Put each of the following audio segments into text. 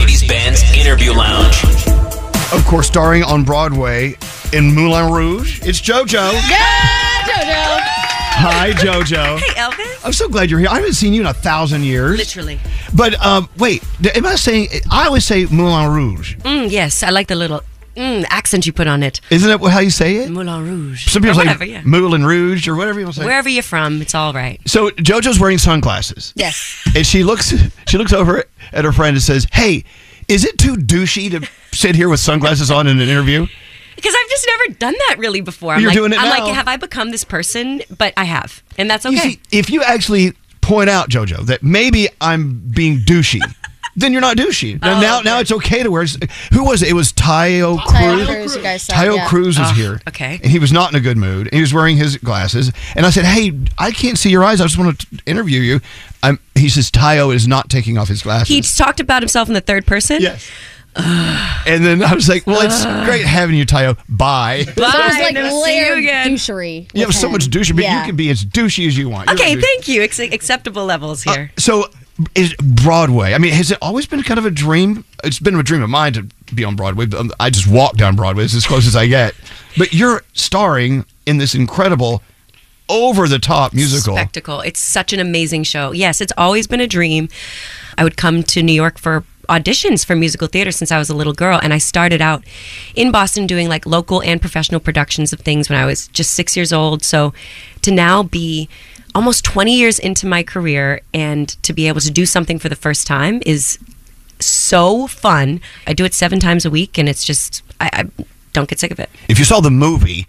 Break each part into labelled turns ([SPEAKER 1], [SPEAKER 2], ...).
[SPEAKER 1] Ladies Benz Interview Lounge.
[SPEAKER 2] Of course, starring on Broadway in Moulin Rouge, it's JoJo. Hi, JoJo.
[SPEAKER 3] Hey, Elvis.
[SPEAKER 2] I'm so glad you're here. I haven't seen you in a thousand years.
[SPEAKER 3] Oh, Literally.
[SPEAKER 2] But um, wait, d- am I saying? I always say Moulin Rouge.
[SPEAKER 3] Mm, yes, I like the little mm, accent you put on it.
[SPEAKER 2] Isn't that how you say it?
[SPEAKER 3] Moulin Rouge.
[SPEAKER 2] Some people
[SPEAKER 3] Or
[SPEAKER 2] say
[SPEAKER 3] whatever, yeah.
[SPEAKER 2] Moulin Rouge or whatever you say.
[SPEAKER 3] Wherever you're from, it's all right.
[SPEAKER 2] So JoJo's wearing sunglasses,
[SPEAKER 3] Yes.
[SPEAKER 2] and she looks she looks over at her friend and says, "Hey, is it too douchey to sit here with sunglasses on in an interview?"
[SPEAKER 3] Because I've just never done that really before. I'm
[SPEAKER 2] You're
[SPEAKER 3] like,
[SPEAKER 2] doing it
[SPEAKER 3] I'm
[SPEAKER 2] now.
[SPEAKER 3] like, have I become this person? But I have, and that's okay.
[SPEAKER 2] You see, if you actually point out JoJo that maybe I'm being douchey. Then you're not douchey. Now, now, now it's okay to wear. Who was it? It was Tayo Cruz.
[SPEAKER 4] Cruz, you guys said,
[SPEAKER 2] Tayo
[SPEAKER 4] yeah.
[SPEAKER 2] Cruz was here.
[SPEAKER 3] okay.
[SPEAKER 2] And he was not in a good mood. And he was wearing his glasses. And I said, "Hey, I can't see your eyes. I just want to t- interview you." I'm, he says, "Tayo is not taking off his glasses."
[SPEAKER 3] He talked about himself in the third person.
[SPEAKER 2] Yes. and then I was like, "Well, it's great having you, Tayo. Bye."
[SPEAKER 3] Bye.
[SPEAKER 4] There's like
[SPEAKER 3] never see
[SPEAKER 4] layered
[SPEAKER 3] you again.
[SPEAKER 4] douchery.
[SPEAKER 2] You have
[SPEAKER 4] with
[SPEAKER 2] so
[SPEAKER 4] him.
[SPEAKER 2] much douche, but
[SPEAKER 4] Yeah.
[SPEAKER 2] you can be as douchey as you want. You're a
[SPEAKER 3] Okay,
[SPEAKER 2] douche.
[SPEAKER 3] thank you. Ex- acceptable levels
[SPEAKER 2] Uh,
[SPEAKER 3] here.
[SPEAKER 2] So, is Broadway? I mean, has it always been kind of a dream? It's been a dream of mine to be on Broadway. But um, I just walk down Broadway. It's as close as I get. But you're starring in this incredible, over the top musical.
[SPEAKER 3] spectacle. It's such an amazing show. Yes, it's always been a dream. I would come to New York for auditions for musical theater since I was a little girl and I started out in Boston doing like local and professional productions of things when I was just 6 years old. So to now be almost 20 years into my career and to be able to do something for the first time is so fun. I do it 7 times a week and it's just I, I don't get sick of it.
[SPEAKER 2] If you saw the movie.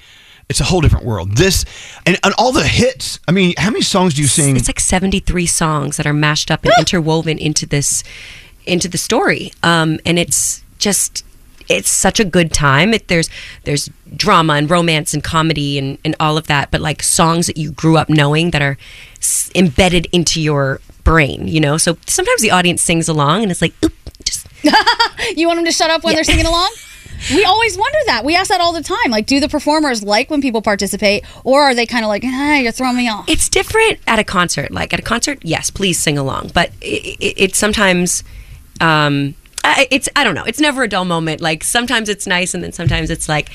[SPEAKER 2] It's a whole different world. This and, and all the hits. I mean, how many songs do you sing?
[SPEAKER 3] It's like 73 songs that are mashed up and interwoven into this into the story. Um, and it's just it's such a good time. It, there's there's drama and romance and comedy and, and all of that, but like songs that you grew up knowing that are s- embedded into your brain, you know? So sometimes the audience sings along and it's like, oop, just
[SPEAKER 4] You want them to shut up when they're singing along?
[SPEAKER 5] We always wonder that. We ask that all the time. Like, do the performers like when people participate, or are they kind of like, ah, you're throwing me off?
[SPEAKER 3] It's different at a concert. Like at a concert, yes, please sing along. But it, it, it sometimes, um, I- it's I don't know. It's never a dull moment. Like sometimes it's nice, and then sometimes it's like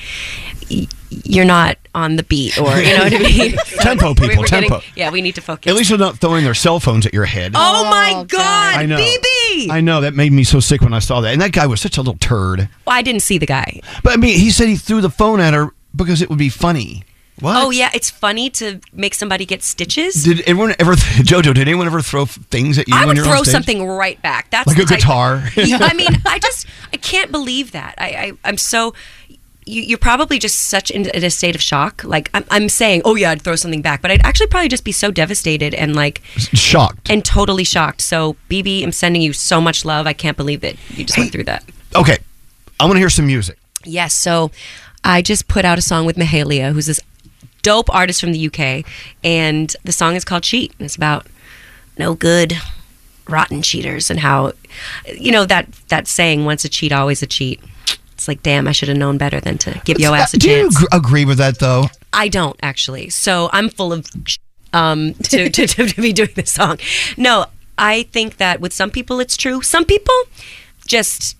[SPEAKER 3] y- you're not on the beat, or you know what I mean. So
[SPEAKER 2] Tempo,
[SPEAKER 3] we're-
[SPEAKER 2] people,
[SPEAKER 3] we're getting-
[SPEAKER 2] tempo.
[SPEAKER 3] yeah, we need to focus.
[SPEAKER 2] At least they're not throwing their cell phones at your head.
[SPEAKER 3] oh, my
[SPEAKER 5] Oh,
[SPEAKER 3] God,
[SPEAKER 5] God.
[SPEAKER 2] I know.
[SPEAKER 3] BB.
[SPEAKER 2] I know that made me so sick when I saw that, and that guy was such a little turd.
[SPEAKER 3] Well, Oh, I didn't see the guy.
[SPEAKER 2] But I mean, he said he threw the phone at her because it would be funny. What?
[SPEAKER 3] Oh yeah, it's funny to make somebody get stitches.
[SPEAKER 2] Did anyone ever, JoJo? Did anyone ever throw f- things at you?
[SPEAKER 3] I
[SPEAKER 2] when
[SPEAKER 3] would
[SPEAKER 2] you're on
[SPEAKER 3] throw
[SPEAKER 2] stage?
[SPEAKER 3] something right back. That's
[SPEAKER 2] Like
[SPEAKER 3] the
[SPEAKER 2] a
[SPEAKER 3] type-
[SPEAKER 2] guitar.
[SPEAKER 3] Yeah, I mean, I just I can't believe that. I, I I'm so. You, you're probably just such in, in a state of shock. Like I'm, I'm saying, oh yeah, I'd throw something back, but I'd actually probably just be so devastated and like
[SPEAKER 2] Shocked.
[SPEAKER 3] and totally shocked. So, BB, I'm sending you so much love. I can't believe that you just went through that.
[SPEAKER 2] okay, I want to hear some music.
[SPEAKER 3] Yes. So I just put out a song with Mahalia, who's this dope artist from the UK. And the song is called Cheat. And it's about no good, rotten cheaters and how, you know, that, that saying, once a cheat, always a cheat. It's like, damn, I should have known better than to give yo ass a
[SPEAKER 2] Do you
[SPEAKER 3] chance.
[SPEAKER 2] gr- agree with that though?
[SPEAKER 3] I don't actually. So I'm full of sh- um to, to, to, to be doing this song. No, I think that with some people it's true. Some people just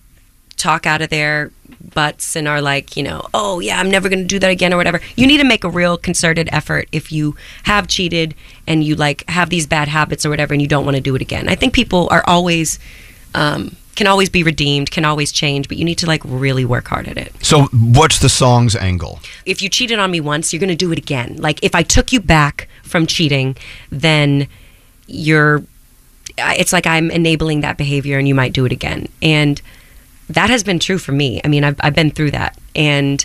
[SPEAKER 3] talk out of their butts and are like, you know, oh yeah, I'm never going to do that again or whatever. You need to make a real concerted effort if you have cheated and you like have these bad habits or whatever and you don't want to do it again. I think people are always um can always be redeemed, can always change, but you need to like really work hard at it
[SPEAKER 2] So, what's the song's angle?
[SPEAKER 3] if you cheated on me once, you're going to do it again. Like if I took you back from cheating, then you're I- it's like I'm enabling that behavior and you might do it again. And that has been true for me. I mean, I've, I've been through that and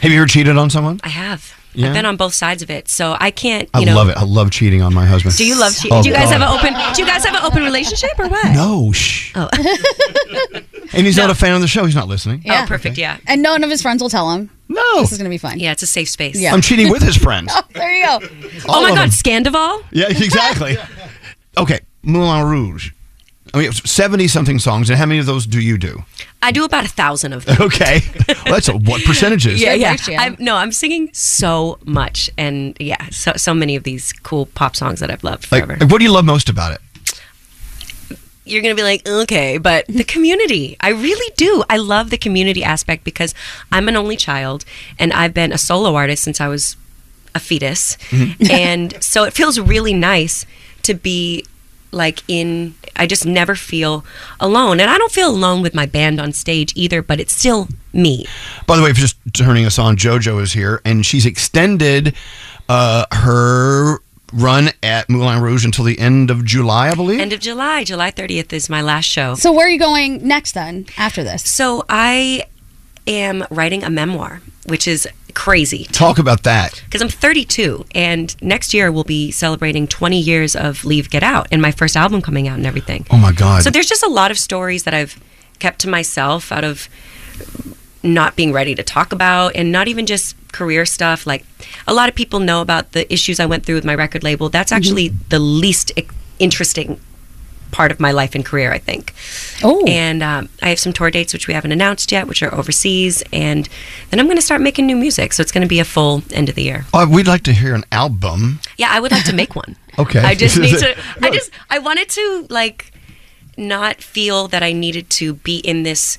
[SPEAKER 2] Have you ever cheated on someone?
[SPEAKER 3] I have.
[SPEAKER 2] Yeah.
[SPEAKER 3] I've been on both sides of it. So I can't, you
[SPEAKER 2] I
[SPEAKER 3] know.
[SPEAKER 2] love it. I love cheating on my husband.
[SPEAKER 3] Do you love cheating?
[SPEAKER 2] Oh,
[SPEAKER 3] do you guys
[SPEAKER 2] God.
[SPEAKER 3] have an open, do you guys have an open relationship or what?
[SPEAKER 2] No, shh. Oh. and he's not a fan of the show. He's not listening.
[SPEAKER 3] Oh, perfect. Yeah.
[SPEAKER 5] And none of his friends will tell him.
[SPEAKER 2] No.
[SPEAKER 5] This is gonna be fun.
[SPEAKER 3] Yeah. It's a safe space.
[SPEAKER 5] Yeah.
[SPEAKER 2] I'm cheating with his friends.
[SPEAKER 5] There you go.
[SPEAKER 3] Oh
[SPEAKER 2] All
[SPEAKER 3] my
[SPEAKER 2] of them.
[SPEAKER 3] God. Scandival.
[SPEAKER 2] Yeah, exactly. okay, Moulin Rouge. I mean, seventy something songs, and how many of those do you do?
[SPEAKER 3] I do about a thousand of them.
[SPEAKER 2] Okay, well, that's a, what percentages?
[SPEAKER 3] yeah,
[SPEAKER 5] Good
[SPEAKER 3] yeah.
[SPEAKER 5] ratio.
[SPEAKER 3] I'm, no, I'm singing so much, and yeah, so so many of these cool pop songs that I've loved
[SPEAKER 2] Like,
[SPEAKER 3] forever.
[SPEAKER 2] like, what do you love most about it?
[SPEAKER 3] You're gonna be like, okay, but the community. I really do. I love the community aspect because I'm an only child, and I've been a solo artist since I was a fetus, and so it feels really nice to be like in I just never feel alone and I don't feel alone with my band on stage either but it's still me.
[SPEAKER 2] By the way, if you're just turning us on, JoJo is here, and she's extended uh, her run at Moulin Rouge until the end of July, I believe.
[SPEAKER 3] End of July, July 30th is my last show.
[SPEAKER 5] So where are you going next then? After this?
[SPEAKER 3] So I am writing a memoir, which is crazy
[SPEAKER 2] Talk about that.
[SPEAKER 3] because I'm 32, and next year we'll be celebrating 20 years of Leave Get Out and my first album coming out and everything.
[SPEAKER 2] Oh my God.
[SPEAKER 3] So there's just a lot of stories that I've kept to myself out of not being ready to talk about and not even just career stuff like a lot of people know about the issues I went through with my record label that's actually the least i- interesting part of my life and career I think
[SPEAKER 5] Oh.
[SPEAKER 3] and um, I have some tour dates which we haven't announced yet which are overseas and then I'm going to start making new music so it's going to be a full end of the year
[SPEAKER 2] Uh, we'd like to hear an album.
[SPEAKER 3] yeah, I would like to make one.
[SPEAKER 2] Okay. oh.
[SPEAKER 3] I just need to. I just. I wanted to like not feel that I needed to be in this.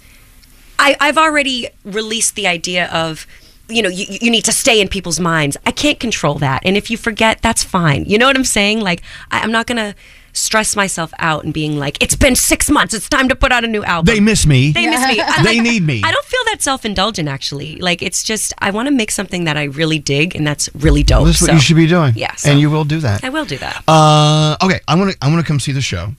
[SPEAKER 3] I, I've already released the idea of. You know, you, you need to stay in people's minds. I can't control that. And if you forget, that's fine. You know what I'm saying? Like, I, I'm not going to stress myself out and being like, it's been six months. It's time to put out a new album.
[SPEAKER 2] They miss me.
[SPEAKER 3] They miss me. I,
[SPEAKER 2] They need me.
[SPEAKER 3] I don't feel that self indulgent, actually. Like, it's just, I want to make something that I really dig and that's really dope.
[SPEAKER 2] Well, that's what
[SPEAKER 3] So-
[SPEAKER 2] you should be doing.
[SPEAKER 3] Yeah, so-
[SPEAKER 2] and you will do that.
[SPEAKER 3] I will do that.
[SPEAKER 2] Uh, okay, I'm gonna I'm gonna come see the show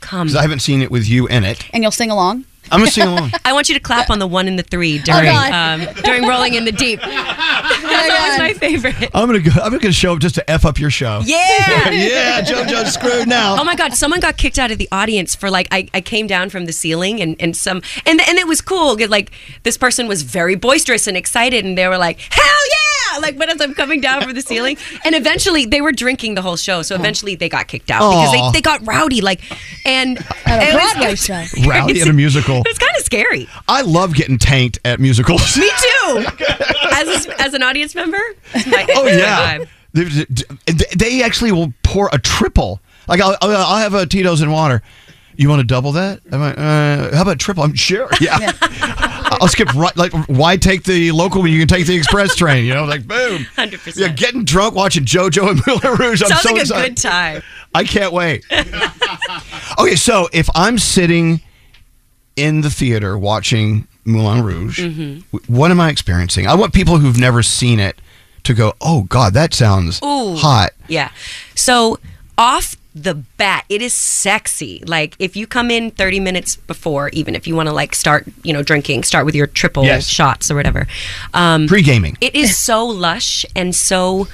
[SPEAKER 3] Come.
[SPEAKER 2] 'cause I haven't seen it with you in it.
[SPEAKER 5] And you'll sing along.
[SPEAKER 2] I'm gonna sing along.
[SPEAKER 3] I want you to clap on the one and the three
[SPEAKER 6] Oh,
[SPEAKER 3] during
[SPEAKER 5] God.
[SPEAKER 3] um, during Rolling in the Deep. That's always my favorite.
[SPEAKER 2] I'm gonna go, I'm gonna show up just to f up your show.
[SPEAKER 3] Yeah.
[SPEAKER 2] yeah, JoJo's screwed now.
[SPEAKER 3] Oh my God! Someone got kicked out of the audience for like I, I came down from the ceiling and and some and and it was cool. 'cause, Like this person was very boisterous and excited, and they were like, "Hell yeah!" like but as I'm coming down from the ceiling, and eventually they were drinking the whole show, so eventually they got kicked out
[SPEAKER 2] Oh. Aw.
[SPEAKER 3] because they, they got rowdy, like and
[SPEAKER 6] At a
[SPEAKER 3] it was-
[SPEAKER 6] Broadway show.
[SPEAKER 2] Rowdy at a musical.
[SPEAKER 3] It's kind of scary.
[SPEAKER 2] I love getting tanked at musicals.
[SPEAKER 3] Me too. As a, as an audience member, it's my,
[SPEAKER 2] Oh
[SPEAKER 3] it's my
[SPEAKER 2] yeah,
[SPEAKER 3] vibe.
[SPEAKER 2] they, they- they actually will pour a triple. Like I'll, I'll I'll have a Tito's and water. You want to double that? I'm like, uh, how about triple? I'm sure. Yeah, I'll skip right. Like, why take the local when you can take the express train? You know, like boom.
[SPEAKER 3] 100%.
[SPEAKER 2] Yeah, getting drunk watching JoJo and Moulin Rouge. I'm
[SPEAKER 3] Sounds
[SPEAKER 2] so
[SPEAKER 3] like a
[SPEAKER 2] excited.
[SPEAKER 3] good time.
[SPEAKER 2] I can't wait. okay, so if I'm sitting in the theater watching Moulin Rouge,
[SPEAKER 3] Mm-hmm.
[SPEAKER 2] w- what am I experiencing? I want people who've never seen it to go, "Oh God, that sounds
[SPEAKER 3] Ooh.
[SPEAKER 2] hot."
[SPEAKER 3] Yeah. So off the bat, it is sexy. Like if you come in 30 minutes before, even if you want to like start, you know, drinking, start with your triple
[SPEAKER 2] Yes.
[SPEAKER 3] shots or whatever. Um,
[SPEAKER 2] Pre gaming.
[SPEAKER 3] it is so lush and so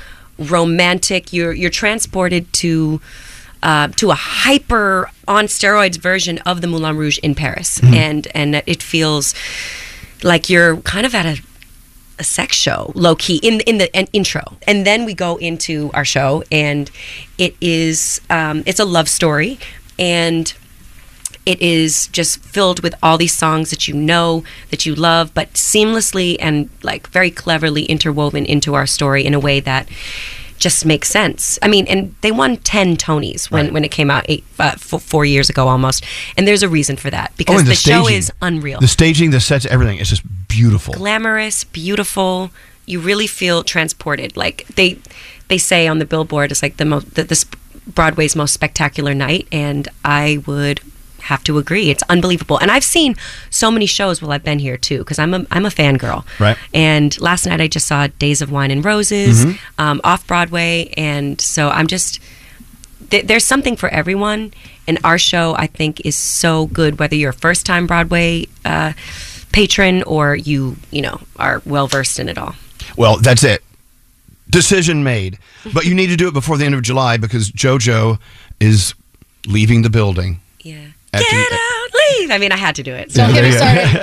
[SPEAKER 3] romantic. You're you're transported to uh, to a hyper on steroids version of the Moulin Rouge in Paris, and and it feels like you're kind of at a a sex show, low key in in the an intro, and then we go into our show, and it is um, it's a love story, and it is just filled with all these songs that you know that you love but seamlessly and like very cleverly interwoven into our story in a way that just makes sense i mean and they won 10 tonys when, when it came out eight, uh, f- four years ago almost and there's a reason for that because
[SPEAKER 2] Oh, and
[SPEAKER 3] the, show is unreal
[SPEAKER 2] The staging, the sets, everything. It's just beautiful.
[SPEAKER 3] glamorous, beautiful. You really feel transported. Like they they say on the billboard, it's like the most the, this Broadway's most spectacular night, and I would have to agree. It's unbelievable. And I've seen so many shows while I've been here too, because I'm a I'm a fangirl.
[SPEAKER 2] Right.
[SPEAKER 3] And last night I just saw Days of Wine and Roses
[SPEAKER 2] Mm-hmm.
[SPEAKER 3] um, off Broadway, and so I'm just th- there's something for everyone. And our show, I think, is so good. Whether you're a first time Broadway uh, patron or you, you know, are well versed in it all.
[SPEAKER 2] Well, that's it. Decision made. But you need to do it before the end of July because JoJo is leaving the building.
[SPEAKER 3] Yeah.
[SPEAKER 2] At
[SPEAKER 3] Get
[SPEAKER 2] the-
[SPEAKER 3] out, leave. I mean, I had to do it.
[SPEAKER 2] Yeah,
[SPEAKER 3] So.
[SPEAKER 5] Get
[SPEAKER 2] there
[SPEAKER 5] me
[SPEAKER 2] you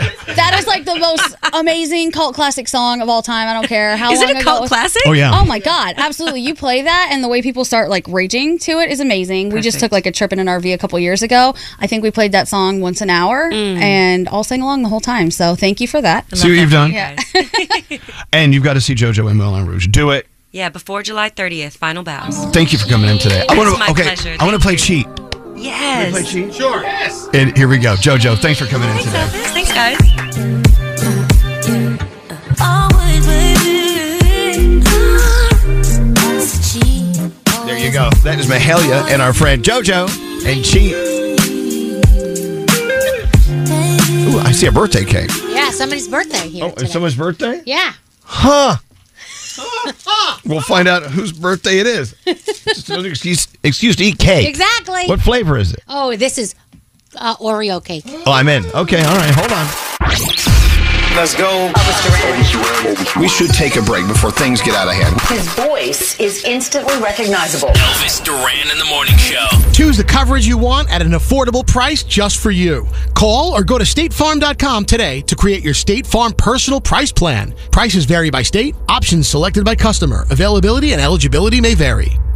[SPEAKER 2] go.
[SPEAKER 5] started. That is like the most amazing cult classic song of all time. I don't care how
[SPEAKER 3] Is
[SPEAKER 5] long
[SPEAKER 3] it a
[SPEAKER 5] ago
[SPEAKER 3] cult
[SPEAKER 5] was-
[SPEAKER 3] classic?
[SPEAKER 2] Oh yeah.
[SPEAKER 5] Oh my god, absolutely! You play that, and the way people start like raging to it is amazing. We just took like a trip in an RV a couple years ago. I think we played that song once an hour,
[SPEAKER 3] Mm.
[SPEAKER 5] and all sang along the whole time. So thank you for that.
[SPEAKER 2] See what you've done?
[SPEAKER 3] Yeah.
[SPEAKER 2] And you've got to see JoJo and Moulin Rouge. Do it.
[SPEAKER 3] yeah, before July 30th, final bows.
[SPEAKER 2] Thank you for coming in today. I
[SPEAKER 3] It's
[SPEAKER 2] want to
[SPEAKER 3] my
[SPEAKER 2] okay.
[SPEAKER 3] pleasure.
[SPEAKER 2] I want to play cheat.
[SPEAKER 3] Yes.
[SPEAKER 2] Sure. Yes. And here we go, JoJo. Thanks for coming in
[SPEAKER 3] Thanks,
[SPEAKER 2] today.
[SPEAKER 3] Elvis. Thanks, guys.
[SPEAKER 2] There you go. That is Mahalia and our friend JoJo and cheat. Ooh, I see a birthday cake.
[SPEAKER 6] Yeah, somebody's birthday here. today.
[SPEAKER 2] Oh, someone's birthday?
[SPEAKER 6] yeah.
[SPEAKER 2] Huh. we'll find out whose birthday it is. Just another excuse, excuse to eat cake.
[SPEAKER 6] Exactly.
[SPEAKER 2] What flavor is it?
[SPEAKER 6] Oh, this is uh, Oreo cake.
[SPEAKER 2] Oh, I'm in. Okay, all right, hold on.
[SPEAKER 7] Let's go.
[SPEAKER 8] We should take a break before things get out of hand.
[SPEAKER 9] His voice is instantly recognizable.
[SPEAKER 1] Elvis Duran in the morning show.
[SPEAKER 10] Choose the coverage you want at an affordable price just for you. Call or go to statefarm.com today to create your State Farm personal price plan. Prices vary by state, options selected by customer, availability and eligibility may vary.